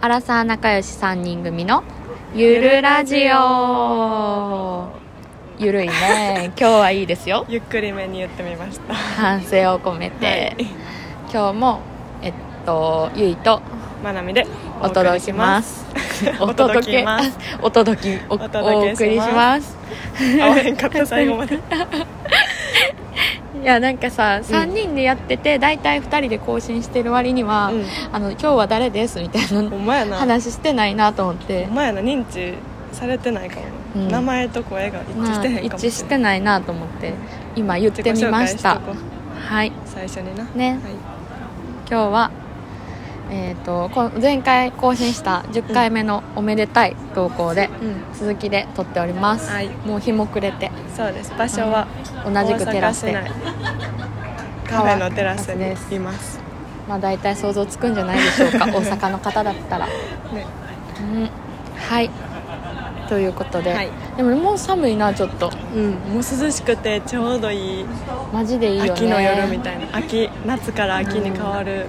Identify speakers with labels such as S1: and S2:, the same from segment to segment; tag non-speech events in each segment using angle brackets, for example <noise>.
S1: アラサー仲良し3人組のゆるラジオゆるい <laughs> ね今日はいいですよ
S2: ゆっくりめに言ってみました
S1: 反省を込めて、今日もえっとゆいと
S2: まなみで
S1: お届けしますお届けお届けお
S2: お届
S1: お
S2: けします
S1: 送りします
S2: 合わへんかった最後
S1: <laughs>
S2: まで
S1: いやなんかさ3人でやってて大体2人で更新してる割には、
S2: うん
S1: あの今日は誰ですみたい
S2: ほ
S1: なん
S2: まやな
S1: 話してないなと思って
S2: ほんまやな認知されてないかも、
S1: うん
S2: 名前と声が一致してへん
S1: 一
S2: かも
S1: 致してないなと思って今言ってみました
S2: 自己紹介しとこ
S1: はい
S2: 最初にな
S1: ね
S2: は
S1: 今日は、えー、とこ前回更新した10回目のおめでたい投稿で、
S2: い、うん、
S1: 続きで撮っております、
S2: はい
S1: もう日も暮れて
S2: そうです場所は
S1: 同じくテラス
S2: 大
S1: で
S2: 阪市内カフェのテラス
S1: テラスです
S2: にいます
S1: まあ大体想像つくんじゃないでしょう
S2: <laughs>
S1: か大阪の方だったら、
S2: ね
S1: うん、はいということで、
S2: はい
S1: でももう寒いなちょっと
S2: うん、もう涼しくてちょうどいい
S1: マジでいいよね
S2: 秋の夜みたいな秋夏から秋に変わる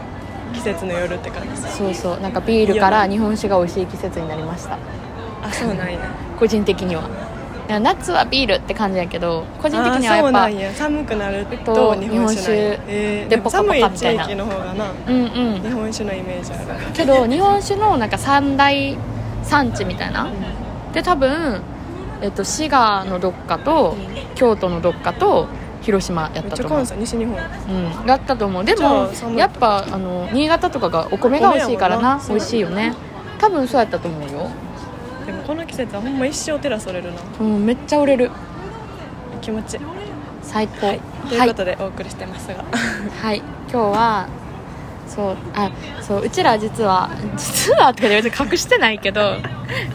S2: 季節の夜って感じ
S1: そうそうなんかビールから日本酒が美味しい季節になりました
S2: あそうなんや
S1: 個人的には夏はビールって感じやけど個人的には
S2: あ
S1: や
S2: そう
S1: っ
S2: な
S1: ぱ
S2: んや寒くなる
S1: と
S2: と日本酒なんや
S1: 日本酒
S2: えー
S1: でポカポカ
S2: 寒
S1: みたい
S2: い
S1: な
S2: 地域の方がな
S1: うんうん
S2: 日本酒のイメージある
S1: けど日本酒のなんか三大産地みたいな、で多分、えっと、滋賀のどっかと、京都のどっかと広島やっ
S2: めったちゃ
S1: と思
S2: 関
S1: う
S2: 西西日本
S1: うん、だったと思うで
S2: じゃ
S1: も
S2: あそんな
S1: やっぱあの新潟とかがお米が美味しいからな
S2: お米やもんな
S1: 美味しいよね多分そうやったと思うよ、
S2: でもこの季節はほんま一生テラス折れるな
S1: うん、めっちゃ売れる
S2: 気持ちいい
S1: 最高はい、
S2: ということでお送りしてます
S1: <laughs>
S2: が
S1: はい、今日はそうあそううちら実は実はとかで別に隠してないけど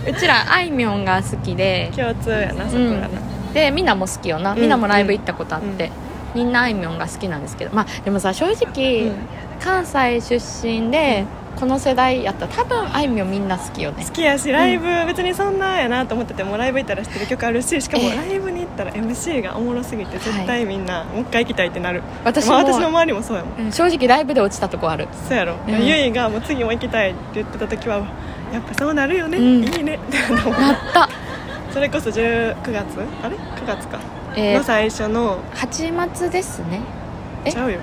S1: うちらあいみょんが好きで
S2: 共通やなそこがな
S1: でみんなも好きよな、
S2: うん
S1: みんなもライブ行ったことあって、
S2: うん
S1: みんなあいみょんが好きなんですけどまあでもさ正直、
S2: うん
S1: 関西出身でこの世代やったら多分あいみょんみんな好きよね
S2: 好きやしライブ別にそんなやなと思っててもライブ行ったら知ってる曲あるししかも
S1: ええ
S2: ライブに行ったら MC がおもろすぎて絶対みんなもう一回行きたいってなる
S1: 私
S2: ま
S1: も
S2: あ私の周りもそうやもん
S1: うん正直ライブで落ちたとこある
S2: そうやろ、
S1: うん
S2: ゆいがもう次も行きたいって言ってた時はやっぱそうなるよね、
S1: うん
S2: いいねって思う
S1: なった
S2: それこそ19月あれ9月か、
S1: え
S2: の
S1: ー、
S2: 最初の
S1: 8月ですねえ
S2: ちゃうよ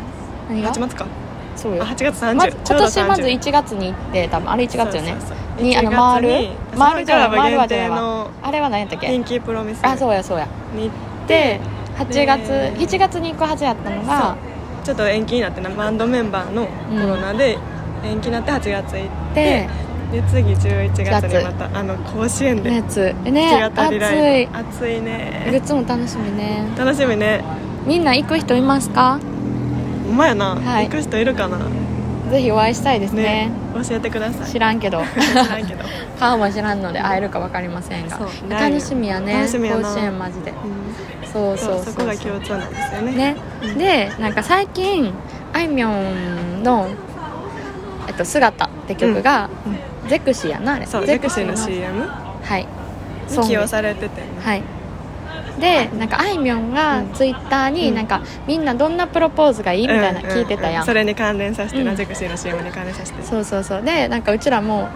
S1: 何が
S2: 8月か
S1: そう
S2: あ
S1: よ
S2: 8月30、
S1: まず
S2: ちょ
S1: 今
S2: うど
S1: 年
S2: 30
S1: まず1月に行って多分あれ1月よね
S2: そうそうそう
S1: にあの
S2: 1月
S1: 回る
S2: に
S1: 回るじゃない
S2: サマーク
S1: 回る
S2: ラ
S1: は
S2: ブ
S1: じゃない
S2: 限定
S1: わ
S2: の
S1: あれは何やったっけ
S2: 人気プロミス
S1: あそうやそうや
S2: に
S1: で8月
S2: で
S1: 7月に行くはずやったのが
S2: ちょっと延期になってなバンドメンバーのコロナで延期になって8月行っ
S1: で
S2: て、で次11月に
S1: 月
S2: またあの甲子園で
S1: ね
S2: 弾
S1: つ
S2: き
S1: ね
S2: 語りライ
S1: 暑
S2: ブ暑いね
S1: いグッズも楽しみね
S2: 楽しみね
S1: みんな行く人いますか
S2: ほんまやな、
S1: はい
S2: 行く人いるかなね
S1: ぜひお会いしたいですね
S2: 教えてください
S1: 知らんけ
S2: <laughs>
S1: ど
S2: 知らん
S1: <laughs>
S2: けど、
S1: 顔も知らんので会えるか分かりませんが
S2: そう
S1: 楽しみやね
S2: 楽しみやな
S1: 甲子園マジで
S2: うん
S1: そう
S2: そ
S1: そううそう
S2: そこが共通なんですよね
S1: ね
S2: うん
S1: でなんか最近あいみょんの「えっと、姿」って曲が、ゼクシーやなあれ
S2: そうゼクシーの
S1: シ
S2: CM
S1: はい
S2: に起用
S1: グ
S2: されてて
S1: はいでなんかあいみょんがツイッターに
S2: うん
S1: なんか、みんなどんなプロポーズがいいみたいな
S2: うん
S1: 聞いてたやん,、
S2: うそれに関連させてな、
S1: うん
S2: ゼクシーの CM に関連させて
S1: そうそうそうでなんかうちらも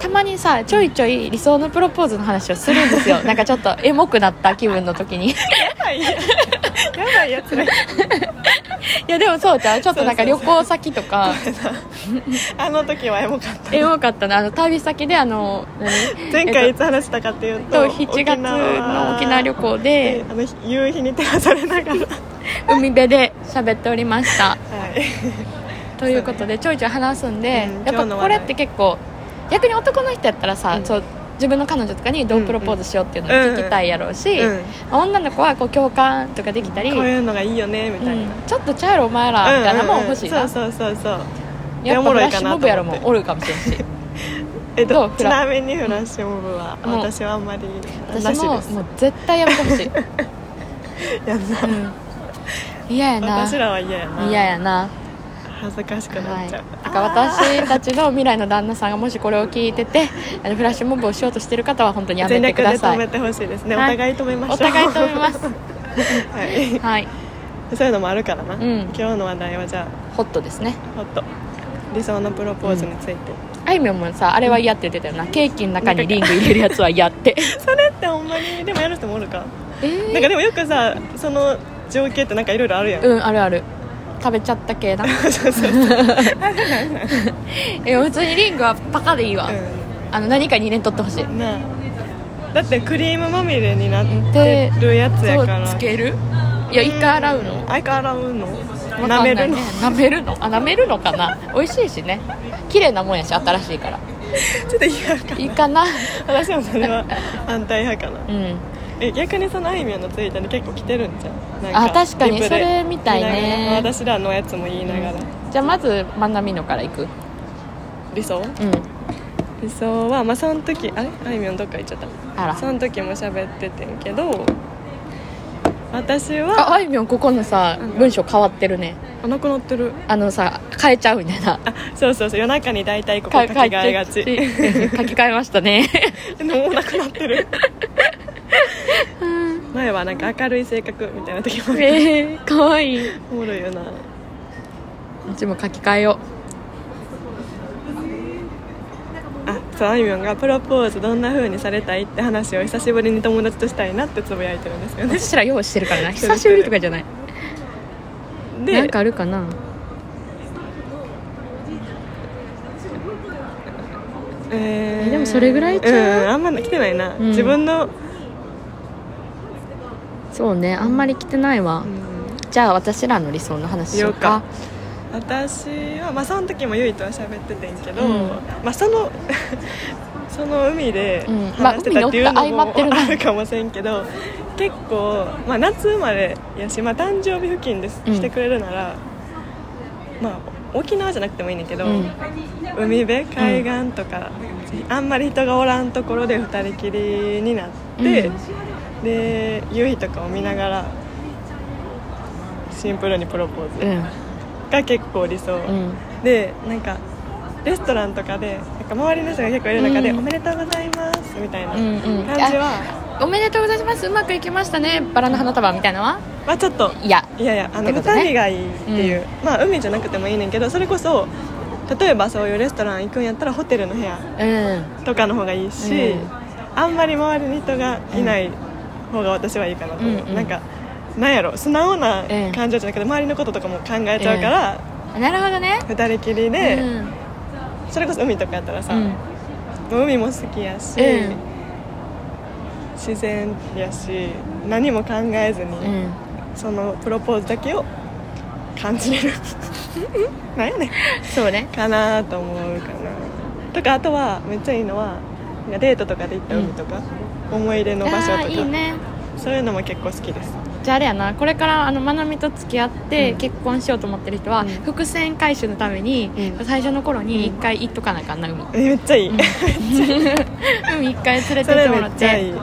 S1: たまにさちょいちょい理想のプロポーズの話をするんです <laughs> よなんかちょっとエモくなった気分の時にい
S2: やばいやばいやつら
S1: やでも <laughs> そうじゃうちょっとなんか旅行先とか
S2: あの時はエモかった
S1: エモかったなあの旅先であの何
S2: 前
S1: え
S2: 回い
S1: っ
S2: つ話したかっていう
S1: と
S2: と
S1: 7月の沖縄旅行で
S2: であの夕日に照らされながらは
S1: 海辺で喋っておりました
S2: い
S1: ということでちょいちょい話すんで、
S2: うん
S1: やっぱ
S2: 今日の
S1: こ
S2: 話
S1: れ
S2: 題
S1: って結構逆に男の人やったらさ、
S2: うん
S1: そう自分の彼女とかにどうプロポーズしようっていうのを聞きたいやろうし、
S2: うん
S1: 女の子はこう共感とかできたり、
S2: こう
S1: う
S2: いうのがいいよねみたいな、うん
S1: んちょっとちゃうやろお前らみたいなもん欲しいな、
S2: うんうんそうそうそうそう
S1: やっぱフラッシュモブやろも
S2: おもろいかなと思っ
S1: お
S2: て
S1: るかもしれん
S2: <laughs>
S1: し
S2: えっ
S1: どう
S2: と、
S1: フ
S2: ち
S1: ラ
S2: なみにフラッシュモブは
S1: もう
S2: 私はあんまりな
S1: 私
S2: し
S1: も
S2: です
S1: もう絶対やめてほしい
S2: やんな
S1: うん嫌やな
S2: 私らは嫌やな
S1: 嫌やな
S2: 恥ずかしく
S1: は
S2: なっ
S1: い、
S2: ちゃ
S1: だ
S2: う、
S1: から私たちの未来の旦那さんがもしこれを聞いててあのフラッシュモブをしようとしてる方は本当にやめ
S2: 全
S1: て
S2: 力
S1: くだ
S2: で
S1: さ
S2: 止
S1: い
S2: めてほしいですね、
S1: はい
S2: お互い止めましょう
S1: お互い止め
S2: <laughs>
S1: ます
S2: は
S1: はい
S2: い、そういうのもあるからな、
S1: ん
S2: 今日の話題はじゃ
S1: ホットですね
S2: あほっと理想のプロポーズについ
S1: あ
S2: て、
S1: あいみょんもさあれは嫌って言ってたよなケーキの中にリング入れるやつは嫌って
S2: それってほんまにでもやる人もおるか
S1: え
S2: なんかでもよくさその情景ってなんかいろいろあるやん、
S1: うんあるある食べちゃった系
S2: <laughs>
S1: だ
S2: そうそうそう、
S1: え普通にリングはパカでいいわ、
S2: う
S1: あの何かに入れんとってほしい
S2: ん、なあだってクリームまみれになっ
S1: で
S2: てるやつやから
S1: そうつけるいや一回洗うの
S2: 相変わらうの
S1: わか
S2: 舐
S1: んな
S2: め
S1: い
S2: るの、 <laughs>
S1: ね、舐めるのあ舐めるのかな美味しいしね綺麗なもんやし新しいから
S2: ちょっと嫌か
S1: いいかな
S2: 私もそれは反対派かな
S1: うん
S2: え逆にそのあいみょんのツイートに結構来てるんじゃんなん
S1: あ確かに
S2: リプで
S1: それみたいね
S2: 見ながら私らのやつも言いながら、
S1: じゃあまずまなみのからいく
S2: 理想
S1: うん
S2: 理想はまあその時あれあいみょんどっか行っちゃった
S1: あら
S2: その時も喋っててんけど私
S1: あ
S2: は
S1: あいみょんここのさ
S2: うん
S1: 文章変わってるね
S2: あなくなってる
S1: あのさ変えちゃうみたいな
S2: あそうそうそう夜中に大体ここ
S1: か
S2: 書き換えがち
S1: 変
S2: で
S1: え書き換えました
S2: <laughs>
S1: ね
S2: もうなくなっ
S1: <laughs>
S2: てる前はなんか明るい性格みたいな時もあって
S1: えー、かわいいう
S2: おもろいよな
S1: ちも書き換えよ
S2: あそうあいみょんがプロポーズどんな風にされたいって話を久しぶりに友達としたいなってつぶやいてるんですよ
S1: う
S2: ね
S1: 私ら用意してる <laughs> からな
S2: してる
S1: 久しぶりとかじゃない
S2: で
S1: なんかあるかな
S2: えー
S1: えでもそれぐらいちゃう
S2: うんあんま来てないな、
S1: うん
S2: 自分の、
S1: そうねあんまり来てないわ、
S2: うん
S1: じゃあ私らの理想の話しようか
S2: 私はまあその時もゆいとは喋っててんけど、
S1: うん
S2: まあその <laughs> その海で
S1: うん
S2: 話してたっていうの
S1: まあ海乗った相ま
S2: も
S1: ってるな
S2: あるかもしれんけど、結構、まあ、夏生まれやし、まあ、誕生日付近です、
S1: うん
S2: してくれるならまあ沖縄じゃなくてもいいねんけど、
S1: うん
S2: 海辺海岸とか、あんまり人がおらんところで二人きりになって、
S1: うん
S2: で夕日とかを見ながらシンプルにプロポー
S1: う
S2: ズ
S1: ん
S2: が結構理想、
S1: うん
S2: でなんかレストランとかでなんか周りの人が結構いる中で、
S1: うん
S2: おめでとうございます」みたいな
S1: うん
S2: 感
S1: うん
S2: じは、
S1: おめでとうございますうまくいきましたねバラの花束みたいなのは
S2: まあ、ちょっと
S1: いや
S2: いやいやあの
S1: って
S2: 2
S1: ことね
S2: 人がいいっていう、まあ海じゃなくてもいいねんけどそれこそ例えばそういうレストラン行くんやったらホテルの部屋
S1: うん
S2: とかの方がいいし、
S1: うん
S2: あんまり周りに人がいない方が私はいいかなと思う、
S1: うんうん
S2: なんかなんやろ素直
S1: う
S2: な
S1: ん
S2: 感情じゃなくて周りのこととかも考えちゃうから、
S1: なるほどね
S2: 二人きり
S1: う
S2: で、
S1: ん
S2: それこそ海とかやったらさ、
S1: うん
S2: 海も好きやし、
S1: うん
S2: 自然やし何も考えずに、
S1: うん
S2: そのプロポーズだけを感じ
S1: <laughs>
S2: れるなんやねん
S1: そうね
S2: かなと思うかなとかあとはめっちゃいいのはなんかデートとかで行った海とか、思い出の場所
S1: あ
S2: とか
S1: ーいいね
S2: そういうのも結構好きです
S1: じゃああれやなこれからあのまなみと付き合って
S2: うん
S1: 結婚しようと思ってる人は、
S2: うん
S1: 伏線回収のために、
S2: うん
S1: 最初の頃に一
S2: うん
S1: 回行っとかなあかんな海
S2: えめっちゃいい、
S1: 海一回連れ
S2: そ
S1: てっ
S2: れ
S1: ても
S2: め
S1: ら
S2: っ
S1: っ
S2: ちゃい
S1: て
S2: い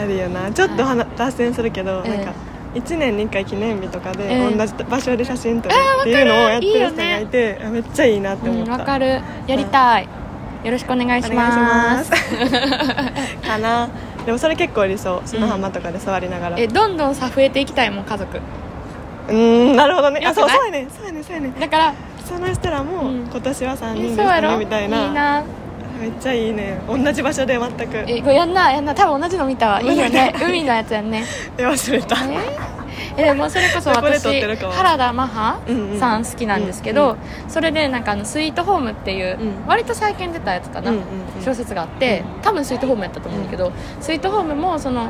S2: あるよなちょっとはな脱線するけど、
S1: うん
S2: なんか1年に1回記念日とかで
S1: うん
S2: 同じ場所で写真撮るっていうのをやってる人がいて、あめっちゃいいなって
S1: う
S2: 思
S1: ん
S2: った、
S1: わかるやりたい、よろしくお願いします
S2: お願いします
S1: <laughs>
S2: かなでもそれ結構理想砂浜とかで座りながらう
S1: えどんどんさ増えていきたいもん家族
S2: ーんなるほどねあ
S1: よくな
S2: そう
S1: い
S2: そうやねそうやねそうやね
S1: だから
S2: その人らも
S1: うん
S2: 今年は3
S1: え
S2: 人です
S1: そうや
S2: ね
S1: ろ
S2: みたい
S1: いい
S2: な
S1: な
S2: めっちゃいいね同じ場所で全く
S1: えこれやんなやんな多分同じの見たわいいよね海のやつやんね
S2: え忘れた
S1: ええでもそれこそ
S2: どこで
S1: 私
S2: 撮ってるかは
S1: 原田マハ
S2: うんうん
S1: さん好きなんですけ
S2: う
S1: どそれでなんかあのスイートホームっていう
S2: うん
S1: 割と最近出たやつかな
S2: うんうんうん
S1: 小説があって多分スイートホームやったと思うんだけどスイートホームもその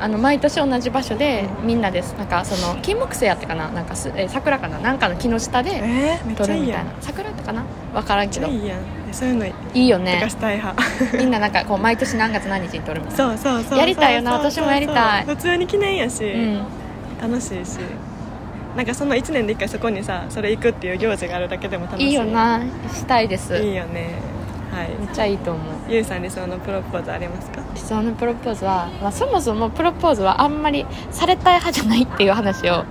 S1: あの毎年同じ場所でみんなですなんかその金木犀やったかななんかすえ桜かななんかの木の下で
S2: えーめっ
S1: 撮
S2: ちゃ
S1: る
S2: い
S1: み
S2: い
S1: た
S2: や
S1: い
S2: んめ
S1: な桜やったかな分からん
S2: っ
S1: け
S2: ちゃ
S1: ど
S2: いいやんえそういうの
S1: いいよ
S2: と
S1: ね
S2: かしたい派
S1: みんななんかこう毎年何月何日に撮るみたいな
S2: そうそうそう
S1: やりたいよな
S2: そうそうそう
S1: 私もやりたい
S2: 普通に記念やし、
S1: うん
S2: 楽しいしなんかその1年で1回そこにさそれ行くっていう行事があるだけでも楽しい
S1: いいよなしたいです
S2: いいよねはい
S1: めっちゃいいと思う
S2: ゆいさん理想のプロポーズありますか
S1: 理想のプロポーズは、まあ、そもそもプロポーズはあんまりされたい派じゃないっていう話を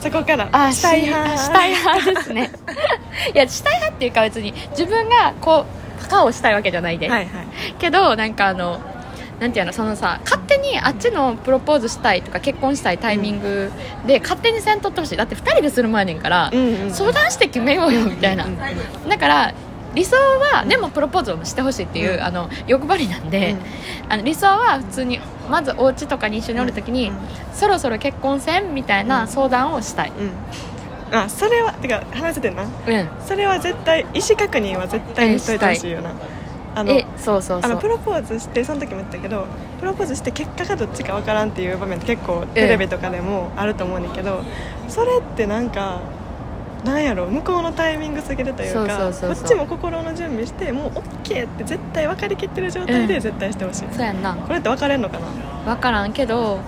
S2: そこから
S1: あ
S2: したい派
S1: ししたい派です
S2: <laughs>
S1: ねいやしたい派っていうか別に自分がこうカカオしたいわけじゃないで、
S2: はいはい
S1: けどなんかあのなんていうのそのさ勝手にあっちのプロポーズしたいとか結婚したいタイミングで勝手にせんとってほしいだって2人でする前ねんから、
S2: うんうん
S1: 相談して決めようよみたいな、
S2: うんうん
S1: だから理想はでもプロポーズをしてほしいっていう、
S2: うん
S1: あの欲張りなんで、あの理想は普通にまずお家とかに一緒におるときに、
S2: うん
S1: そろそろ結婚せんみたいうなん相談をしたい、
S2: うん、うん、あそれはてか話せてんな
S1: うん、
S2: それは絶対意思確認は絶対にしといてほしいよなあの
S1: えそうそう
S2: あ
S1: そ
S2: の
S1: う
S2: プロポーズしてその時も言ったけどプロポーズして結果がどっちかわからんっていう場面って結構テレビとかでもあると思うねんだけど、それってなんかなんやろ向こうのタイミングすぎるというか
S1: そうそうそうそう
S2: こっちも心の準備してもう OK って絶対分かりきってる状態
S1: う
S2: で
S1: ん
S2: 絶対してほしい、
S1: そうやんな
S2: これって分かれんのかな
S1: 分からんけど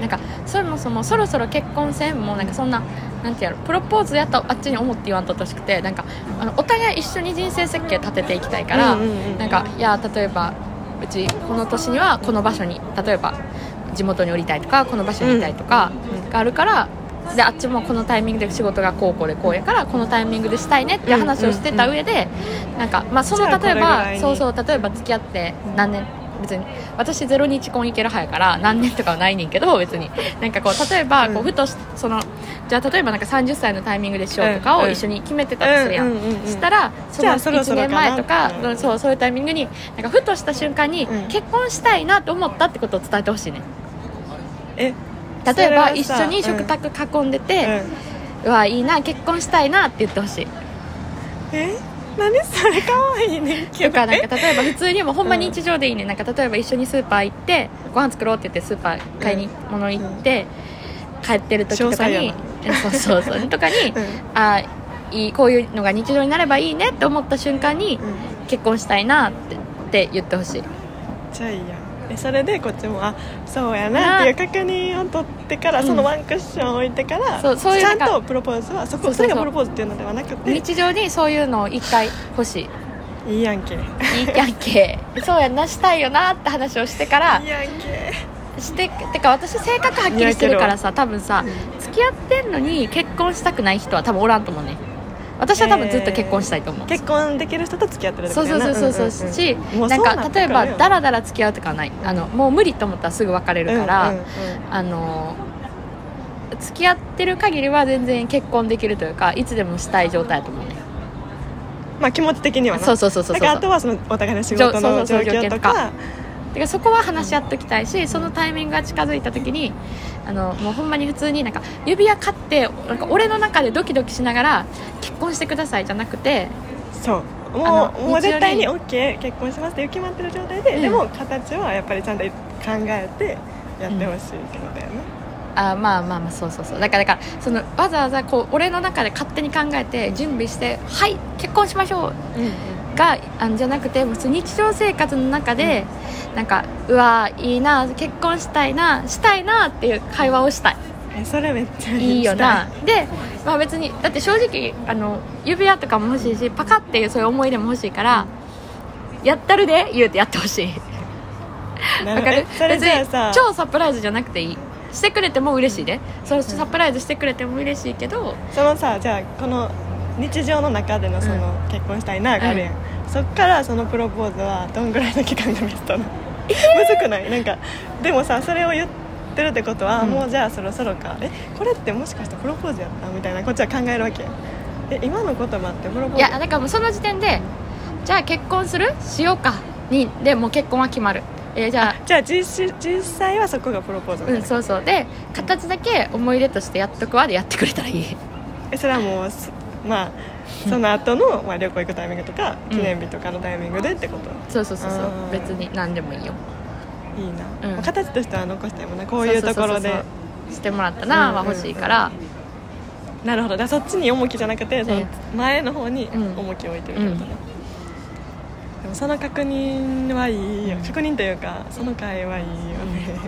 S1: なんかそもそもそろそろ結婚せんもなんかそんななんてやろプロポーズやったらあっちに思って言わんとってほしくてなんかあのお互い一緒に人生設計立てていきたいから、
S2: うんうんうん
S1: なんかいや例えばうちこの年にはこの場所に例えば地元に降りたいとかこの場所にいたいとか
S2: うん
S1: があるから、であっちもこのタイミングで仕事がこうこうでこうやからこのタイミングでしたいねって話をしてた上で、なんかまあその
S2: じゃあこ
S1: 例
S2: れ
S1: え
S2: ぐらい
S1: ば
S2: に
S1: そうそう例えば付き合って何年別に私ゼロ日婚行ける派やから何年とかはないねんけど別になんかこう例えばこ
S2: う
S1: うんふとしそのじゃあ例えばなんか30歳のタイミングでしようとか
S2: う
S1: を
S2: んうん
S1: 一緒に決めてたとするやん、
S2: うんうんうんうん
S1: したらそ
S2: じゃ
S1: の
S2: あそろそ
S1: 1
S2: ろか
S1: 年
S2: な
S1: 前とか
S2: うん
S1: うんそうそういうタイミングになんかふとした瞬間に
S2: うん
S1: 結婚したいなと思ったってことを伝えてほしいね
S2: え
S1: 例えば一
S2: それはさ
S1: 緒に食卓囲んで
S2: うん
S1: て、うわいいな結婚したいなって言ってほしい
S2: え何それ可愛いねん
S1: と
S2: けど
S1: かなん
S2: え
S1: か例えば普通にもうほんま日常でいいね、なんか例えば一緒にスーパー行ってご飯作ろうって言ってスーパー買いに物行って、帰ってる時とかに
S2: 詳
S1: えそうそうそうとかに、
S2: <laughs> うん
S1: あいいこういうのが日常になればいいねって思った瞬間に、
S2: うん
S1: 結婚したいなってって言ってほしい
S2: めっちゃいいやんえそれでこっちもあそうやなっていう確認を取ってから、
S1: うん
S2: そのワンクッションを置いてから
S1: そうそういう
S2: ちゃん
S1: なん
S2: とプロポーズはそこ
S1: そう
S2: そ
S1: そうそう
S2: れがプロポーズっていうのではなくて
S1: 日常にそういうのを一回欲しい
S2: いいやんけい
S1: いいやん
S2: <laughs>
S1: けそうやんなしたいよなって話をしてから
S2: いやんけ
S1: しててか私性格はっきりしてるからさ多分さ、
S2: う
S1: 付き合ってんのに結婚したくない人は多分おらんと思うね私は多分ずっと結婚したいと思う、
S2: 結婚できる人と付き合ってる
S1: そうそうそうそうそうし、なんか例えばダラダラ付き合うとかはないあのもう無理と思ったらすぐ別れるから、あの付き合ってる限りは全然結婚できるというかいつでもしたい状態だと思うね
S2: まあ気持ち的にはな
S1: そうそうそうそうそう
S2: だからあとはそのお互いの仕事の
S1: じょそうそう
S2: 状
S1: そう
S2: 況とか
S1: だからそこは話し合っときたいしそのタイミングが近づいた時にあのもうほんまに普通になんか指輪買ってなんか俺の中でドキドキしながら結婚してくださいじゃなくて
S2: そう
S1: あ
S2: も
S1: の
S2: うもう絶対
S1: 日
S2: に
S1: 曜
S2: OK 結婚しますっていう決まってる状態で、
S1: うん
S2: でも形はやっぱりちゃんと考えてやってほしいってことだよね、
S1: あまあまあまあそうそうそうだからだからそのわざわざこう俺の中で勝手に考えて準備して「はい結婚しましょう」があのじゃなくてもう普通に日常生活の中で、なんかうわーいいな結婚したいなしたいなっていう会話をしたい
S2: えそれめっちゃ
S1: いいよなで、まあ、別にだって正直あの指輪とかも欲しいしパカっていうそういう思い出も欲しいから、やったるで言うてやってほしい
S2: な
S1: わかる
S2: えそれじゃあさ
S1: 別に超サプライズじゃなくていいしてくれても嬉しいでそのサプライズしてくれても嬉しいけど
S2: そのさじゃあこの日常の中でのその、結婚したいながあるやん、そっからそのプロポーズはどんぐらいの期間がベストなの、むずくないなんかでもさそれを言ってるってことは、
S1: うん
S2: もうじゃあそろそろかえこれってもしかしてプロポーズやったみたいなこっちは考えるわけえ今の言葉ってプロポーズ
S1: いやだからもうその時点でじゃあ結婚するしようかにでもう結婚は決まる、えーじゃあ
S2: じゃあ実施実際はそこがプロポーズみた
S1: う
S2: いな、
S1: んそうそうで形だけ思い出としてやっとくわでやってくれたらいい
S2: えそれはもうすまあその後のまあ、旅行行くタイミングとか
S1: うん
S2: 記念日とかのタイミングでってこと、
S1: そうそうそうそう
S2: うん
S1: 別に何でもいいよ
S2: いいな、
S1: うん
S2: まあ形としては残したいもんなこういうとこ
S1: そうそ
S2: ろで
S1: うそうそうしてもらったなは欲しいから
S2: なるほどだからそっちに重きじゃなくてその
S1: ね
S2: 前の方に
S1: うん
S2: 重きを置いてるってことね、でもその確認はいいよ、
S1: うん
S2: 確認というかその会はいいよね、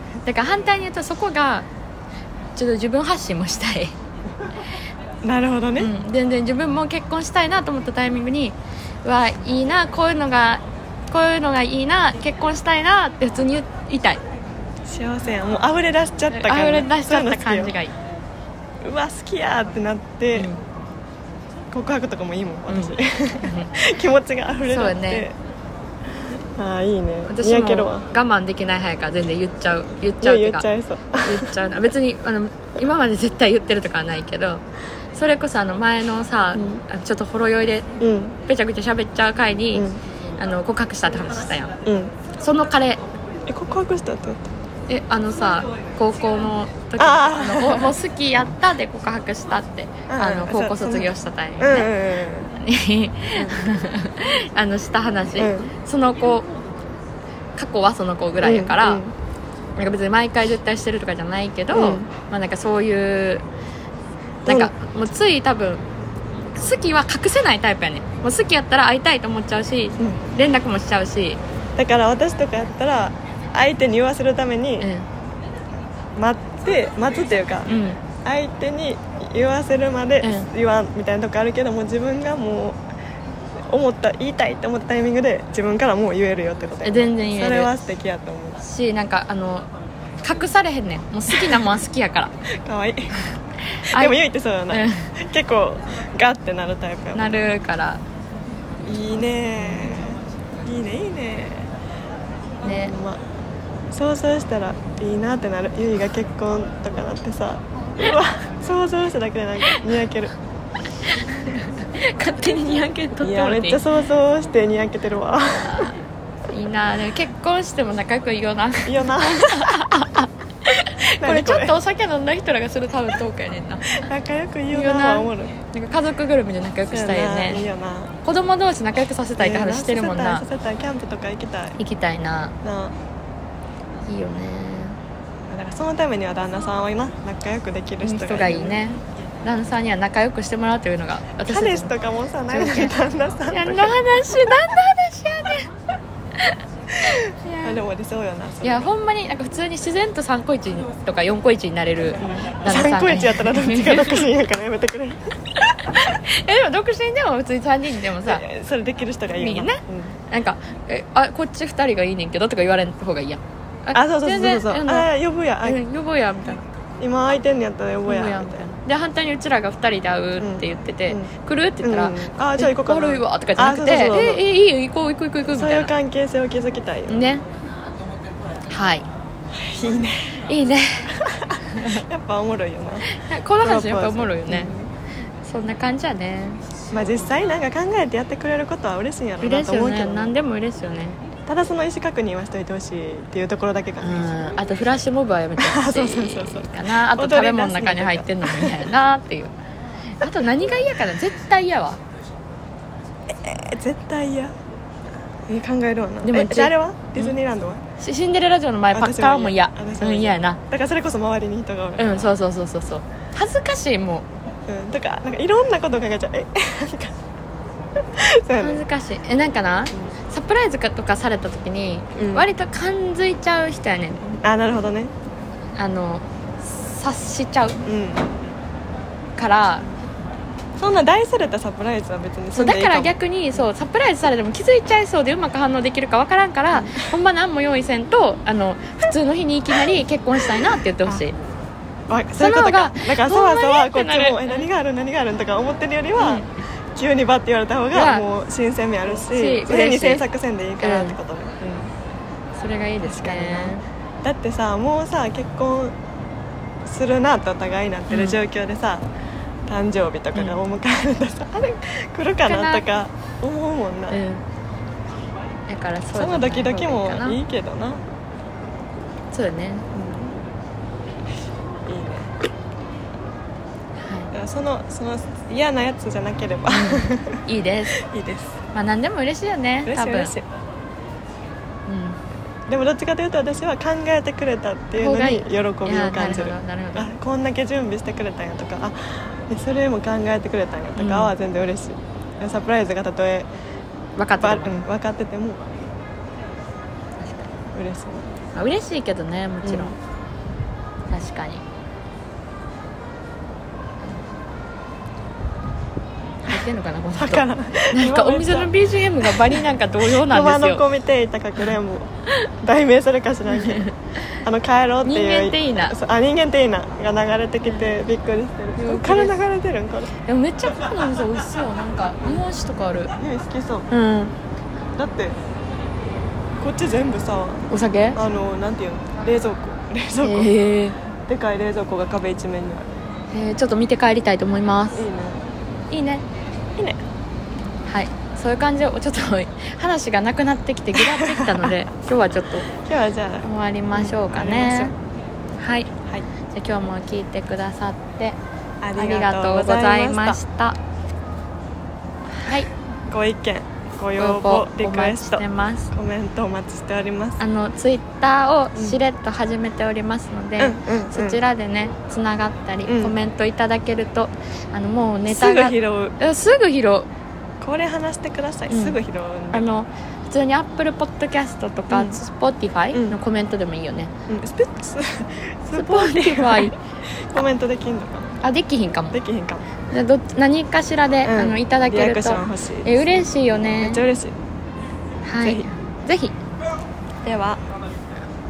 S2: <laughs>
S1: だから反対に言うとそこがちょっと自分発信もしたい、
S2: なるほどね、
S1: うん、全然自分も結婚したいなと思ったタイミングにうわいいなこういうのがこういうのがいいな結婚したいなって普通に言いたい
S2: 幸せやんもう溢れ出しちゃった感じ
S1: あれ出しちゃった感じ
S2: が
S1: がいいう
S2: わ好きやってなって、
S1: うん
S2: 告白とかもいいもん私、
S1: うん
S2: <laughs> 気持ちが溢れ出
S1: そう
S2: っ
S1: や
S2: て、
S1: ね
S2: ああいいね
S1: 私
S2: 似
S1: も
S2: 合けるわ
S1: 我慢できない早いから全然言っちゃう言っ
S2: い
S1: ちゃう
S2: や
S1: っていう
S2: 言っ
S1: か
S2: ちゃいそう
S1: 言っちゃうな別にあの今まで絶対言ってるとかはないけどそれこそあの前のさ、
S2: う
S1: あちょっとほろ酔いで
S2: うん
S1: べちゃくちゃ喋っちゃう回に、
S2: うん
S1: あの告白したって話したやん
S2: うん
S1: その彼
S2: え告白したってなった
S1: えあのさ高校の時
S2: あ
S1: あのおもう好きやったで告白したって
S2: ん
S1: あの
S2: うん
S1: 高校卒業したタイミン
S2: う
S1: グ
S2: ん
S1: ね <laughs>
S2: う
S1: あのした話、
S2: うん
S1: その子過去はその子ぐらいやから、
S2: うん
S1: なんか別に毎回絶対してるとかじゃないけど、
S2: うん
S1: まあなんかそういうなんかもうつい多分好きは隠せないタイプやねもう好きやったら会いたいと思っちゃうし
S2: んうん
S1: 連絡もしちゃうし、
S2: だから私とかやったら相手に言わせるために
S1: うん
S2: 待って待つっていうか
S1: うん、
S2: 相手に言わせるまで
S1: うん
S2: 言わんみたいなとこあるけどもう自分がもう思った言いたいって思ったタイミングで自分からもう言えるよってことや
S1: え全然言える
S2: それは素敵やと思う
S1: しなんかあの隠されへんねんもう好きなもんは好きやから
S2: かわいい <laughs> で
S1: あ
S2: もゆいってそうだな
S1: うん
S2: 結構ガッてなるタイプやもん
S1: なるから
S2: いいねいいねいいね
S1: ね
S2: ほんま想像したらいいなってなるゆいが結婚とかなっ
S1: <laughs>
S2: てさうわ想像しただけでなんかにやける
S1: 勝手ににやけとっ
S2: い
S1: ても
S2: や
S1: ら
S2: め
S1: っ
S2: って
S1: い
S2: ちゃ想像してにやけてるわ
S1: いいいなでも結婚しても仲良くいようなこ
S2: いいよ
S1: <laughs>
S2: なこ
S1: れちょっとお酒飲んだ人らがする多分トークやねんな
S2: 仲良くいい
S1: いい
S2: よ
S1: よ
S2: な
S1: な
S2: はおもろい
S1: なんか家族ぐるみで仲良くしたいよ
S2: そうやないい
S1: ね
S2: よな
S1: 子供同士仲良くさせたいって話してるもんな
S2: させたいさせたいキャンプとか行きたい
S1: 行きたいな
S2: なあ
S1: いいよね
S2: だからそのためには旦那さんはいな仲良くできる人がいい
S1: 人がいいね旦那さんには仲良くしてもらうというのが私た
S2: 彼
S1: ち
S2: 氏
S1: の
S2: とかもさなんか旦那さ
S1: 何の
S2: んとか
S1: 話何の話やねんいや
S2: あでも理想よなそ
S1: い
S2: れ
S1: やほんまになんか普通に自然と3個1とか4個1になれる旦那さん
S2: 3個1やったらどっちが
S1: え
S2: 独身やからやめてくれ
S1: でも独身でも普通に3人でもさ
S2: それできる人がいいよ
S1: いいねなんか「えあこっち2人がいいねんけど」とか言われん方がいいやん
S2: うん、あそうそうそうそうそう
S1: 全然
S2: あ
S1: あ
S2: あ呼ぶやあ
S1: のうん呼ぼうやみたいな
S2: 今空いてんのやったら呼
S1: 呼
S2: ぶ
S1: ぼう
S2: や
S1: や
S2: み
S1: みた
S2: たい
S1: い
S2: な
S1: なで反対にうちらが2人で会うって言ってて「
S2: うん
S1: 来る?」って言ったら「
S2: うんあじゃあ行こうかな
S1: え悪いわ」とかじゃなくて「
S2: あそうそうそうそう
S1: ええいいよ行こう行こう行こう行こう」み
S2: そう
S1: た
S2: い
S1: いう
S2: 関係性を築きたいよ、
S1: なねはい
S2: いいね
S1: いいね
S2: やっぱおもろいよな
S1: この話やっぱおもろいよねそんな感じやね
S2: まあ実際なんか考えてやってくれることは嬉しいんやろうな
S1: 嬉
S2: と
S1: しい
S2: 思
S1: よ
S2: うけ
S1: ね
S2: どな
S1: 何でも嬉しいよね
S2: ただその意思確認はしといてほしいっていうところだけか
S1: う
S2: な、
S1: んあとフラッシュモブは <laughs> やめてほし
S2: そうそうそうそう
S1: いかなあと食べ物の中に入ってんのも嫌やなっていうあと何が嫌かな絶対嫌わ
S2: え絶対嫌え考えるわな
S1: でも
S2: え
S1: じ
S2: じゃああれはディズニーランドは
S1: シシンデレラ城の前パッカーも嫌
S2: 私
S1: う
S2: も
S1: ん嫌やな
S2: だからそれこそ周りに人がおる、
S1: うんそうそうそうそうそう恥ずかしいも
S2: うん、とかなんかいろんなこと考えちゃうえ <laughs> なんかそ
S1: う
S2: うや
S1: 恥
S2: ね
S1: ずかしいえなんかなサプライズかとかされた時に、
S2: うん
S1: 割と感づいちゃう人やねん
S2: あなるほどね
S1: あの察しちゃう
S2: うん
S1: から
S2: そんな大それたサプライズは別に
S1: そう
S2: そんで
S1: だ
S2: いい
S1: から
S2: も
S1: 逆にそうサプライズされても気づいちゃいそうでうまく反応できるかわからんから、ほんま何も用意せんとあの普通の日にいきな
S2: <laughs>
S1: り結婚したいなって言ってほしい
S2: わそういうことか
S1: その方が
S2: だからそわそわこ
S1: ほ
S2: っ
S1: ん
S2: ち
S1: まにってなる
S2: もえ何がある何があるとか思ってるよりは、
S1: うん
S2: 急にバッて言われた方が
S1: が
S2: もう新鮮味あるし
S1: し
S2: それに
S1: 嬉しい
S2: 詮索せんでいいからってことね、
S1: それがいいですね
S2: だってさもうさ結婚するなってお互いになってる状況でさ、誕生日とかがお迎えるとさ、あれ来るかなとか思うもんな、
S1: うんだからそう
S2: そのドキドキもいい
S1: い
S2: けどな、
S1: そうよね
S2: いいねだ
S1: は
S2: からそのその嫌なやつじゃなければ
S1: いいい
S2: <laughs>
S1: です
S2: いいです
S1: まあ何でも嬉しいよね
S2: 嬉
S1: 多
S2: しい
S1: 分
S2: 嬉しいでもどっちかというと私は考えてくれたっていうのに喜びを感じる
S1: いやなるほどなる
S2: あ
S1: ほ
S2: こんだけ準備してくれたんやとかあえそれも考えてくれたんやとかは全然嬉しい、サプライズがたとえ
S1: うん分かった
S2: ば、
S1: と思う
S2: うん分かってても嬉しい
S1: まあ嬉しいけどねもちろん、
S2: う
S1: 確かに入ってんのかなこの
S2: だから
S1: 人なんかお店の BGM がバリなんか同様な
S2: 熊
S1: んで
S2: の
S1: すよ
S2: 子見ていたかくれんぼ題名それかしらん
S1: <laughs>
S2: けどあの「帰ろう」ってい
S1: 人間
S2: う
S1: っていいな
S2: そうあ人間っていいなが流れてきてびっくりしてる
S1: うん
S2: これ流れてるんこれ
S1: でもめっちゃこうなんですよ美味しそうなんか日本酒とかある
S2: ゆい好きそう
S1: うん
S2: だってこっち全部さ
S1: お酒
S2: あのなんていうの冷蔵庫冷蔵庫、
S1: ええ
S2: でかい冷蔵庫が壁一面にある
S1: えーちょっと見て帰りたいと思います
S2: い
S1: い
S2: いね
S1: いね
S2: いいね
S1: はいそういう感じでちょっと話がなくなってきてぐらってきたの <laughs> で今日はちょっと
S2: 今日はじゃ
S1: 終わりましょうか
S2: 終わ
S1: ね
S2: り、
S1: はいじ
S2: あはい
S1: ゃあ今日も聞いてくださって
S2: あ
S1: ありがとうございま
S2: し
S1: したはい
S2: たご意見ご
S1: ご
S2: 要望リクエスト
S1: お待ちしてます
S2: コメントお待ちしております
S1: あのツイッターをしれっと始めておりますので、
S2: うんうんうん
S1: そちらでねつながったり、
S2: うん
S1: コメントいただけるとあのもうネ
S2: す
S1: タ
S2: ぐ
S1: が
S2: 拾う
S1: えすぐ拾う
S2: これ話してください、
S1: うん
S2: すぐ拾うんで
S1: あの普通に Apple Podcast とか
S2: うん
S1: Spotify
S2: うん
S1: のコメントでもいいよね、
S2: うんスペッ
S1: <laughs>
S2: ツスポーティファイ <laughs>
S1: Spotify
S2: コメントできんのかな
S1: あできひんかも
S2: できへんかも、
S1: でどっち何かしらで、あのいただけ
S2: リア
S1: る
S2: クシ
S1: と
S2: ョン欲しい
S1: え
S2: しい
S1: 嬉しいよ
S2: め
S1: ね
S2: っちゃ嬉しい
S1: はい
S2: ぜ
S1: ぜひ
S2: では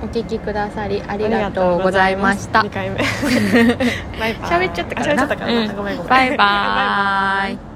S1: お聞きくださりありがとうございました
S2: 2回目バイバ
S1: <laughs>
S2: イ
S1: 喋っちゃったからな
S2: あ喋っちゃったからな
S1: うん
S2: ごめんごめん
S1: バイバーイ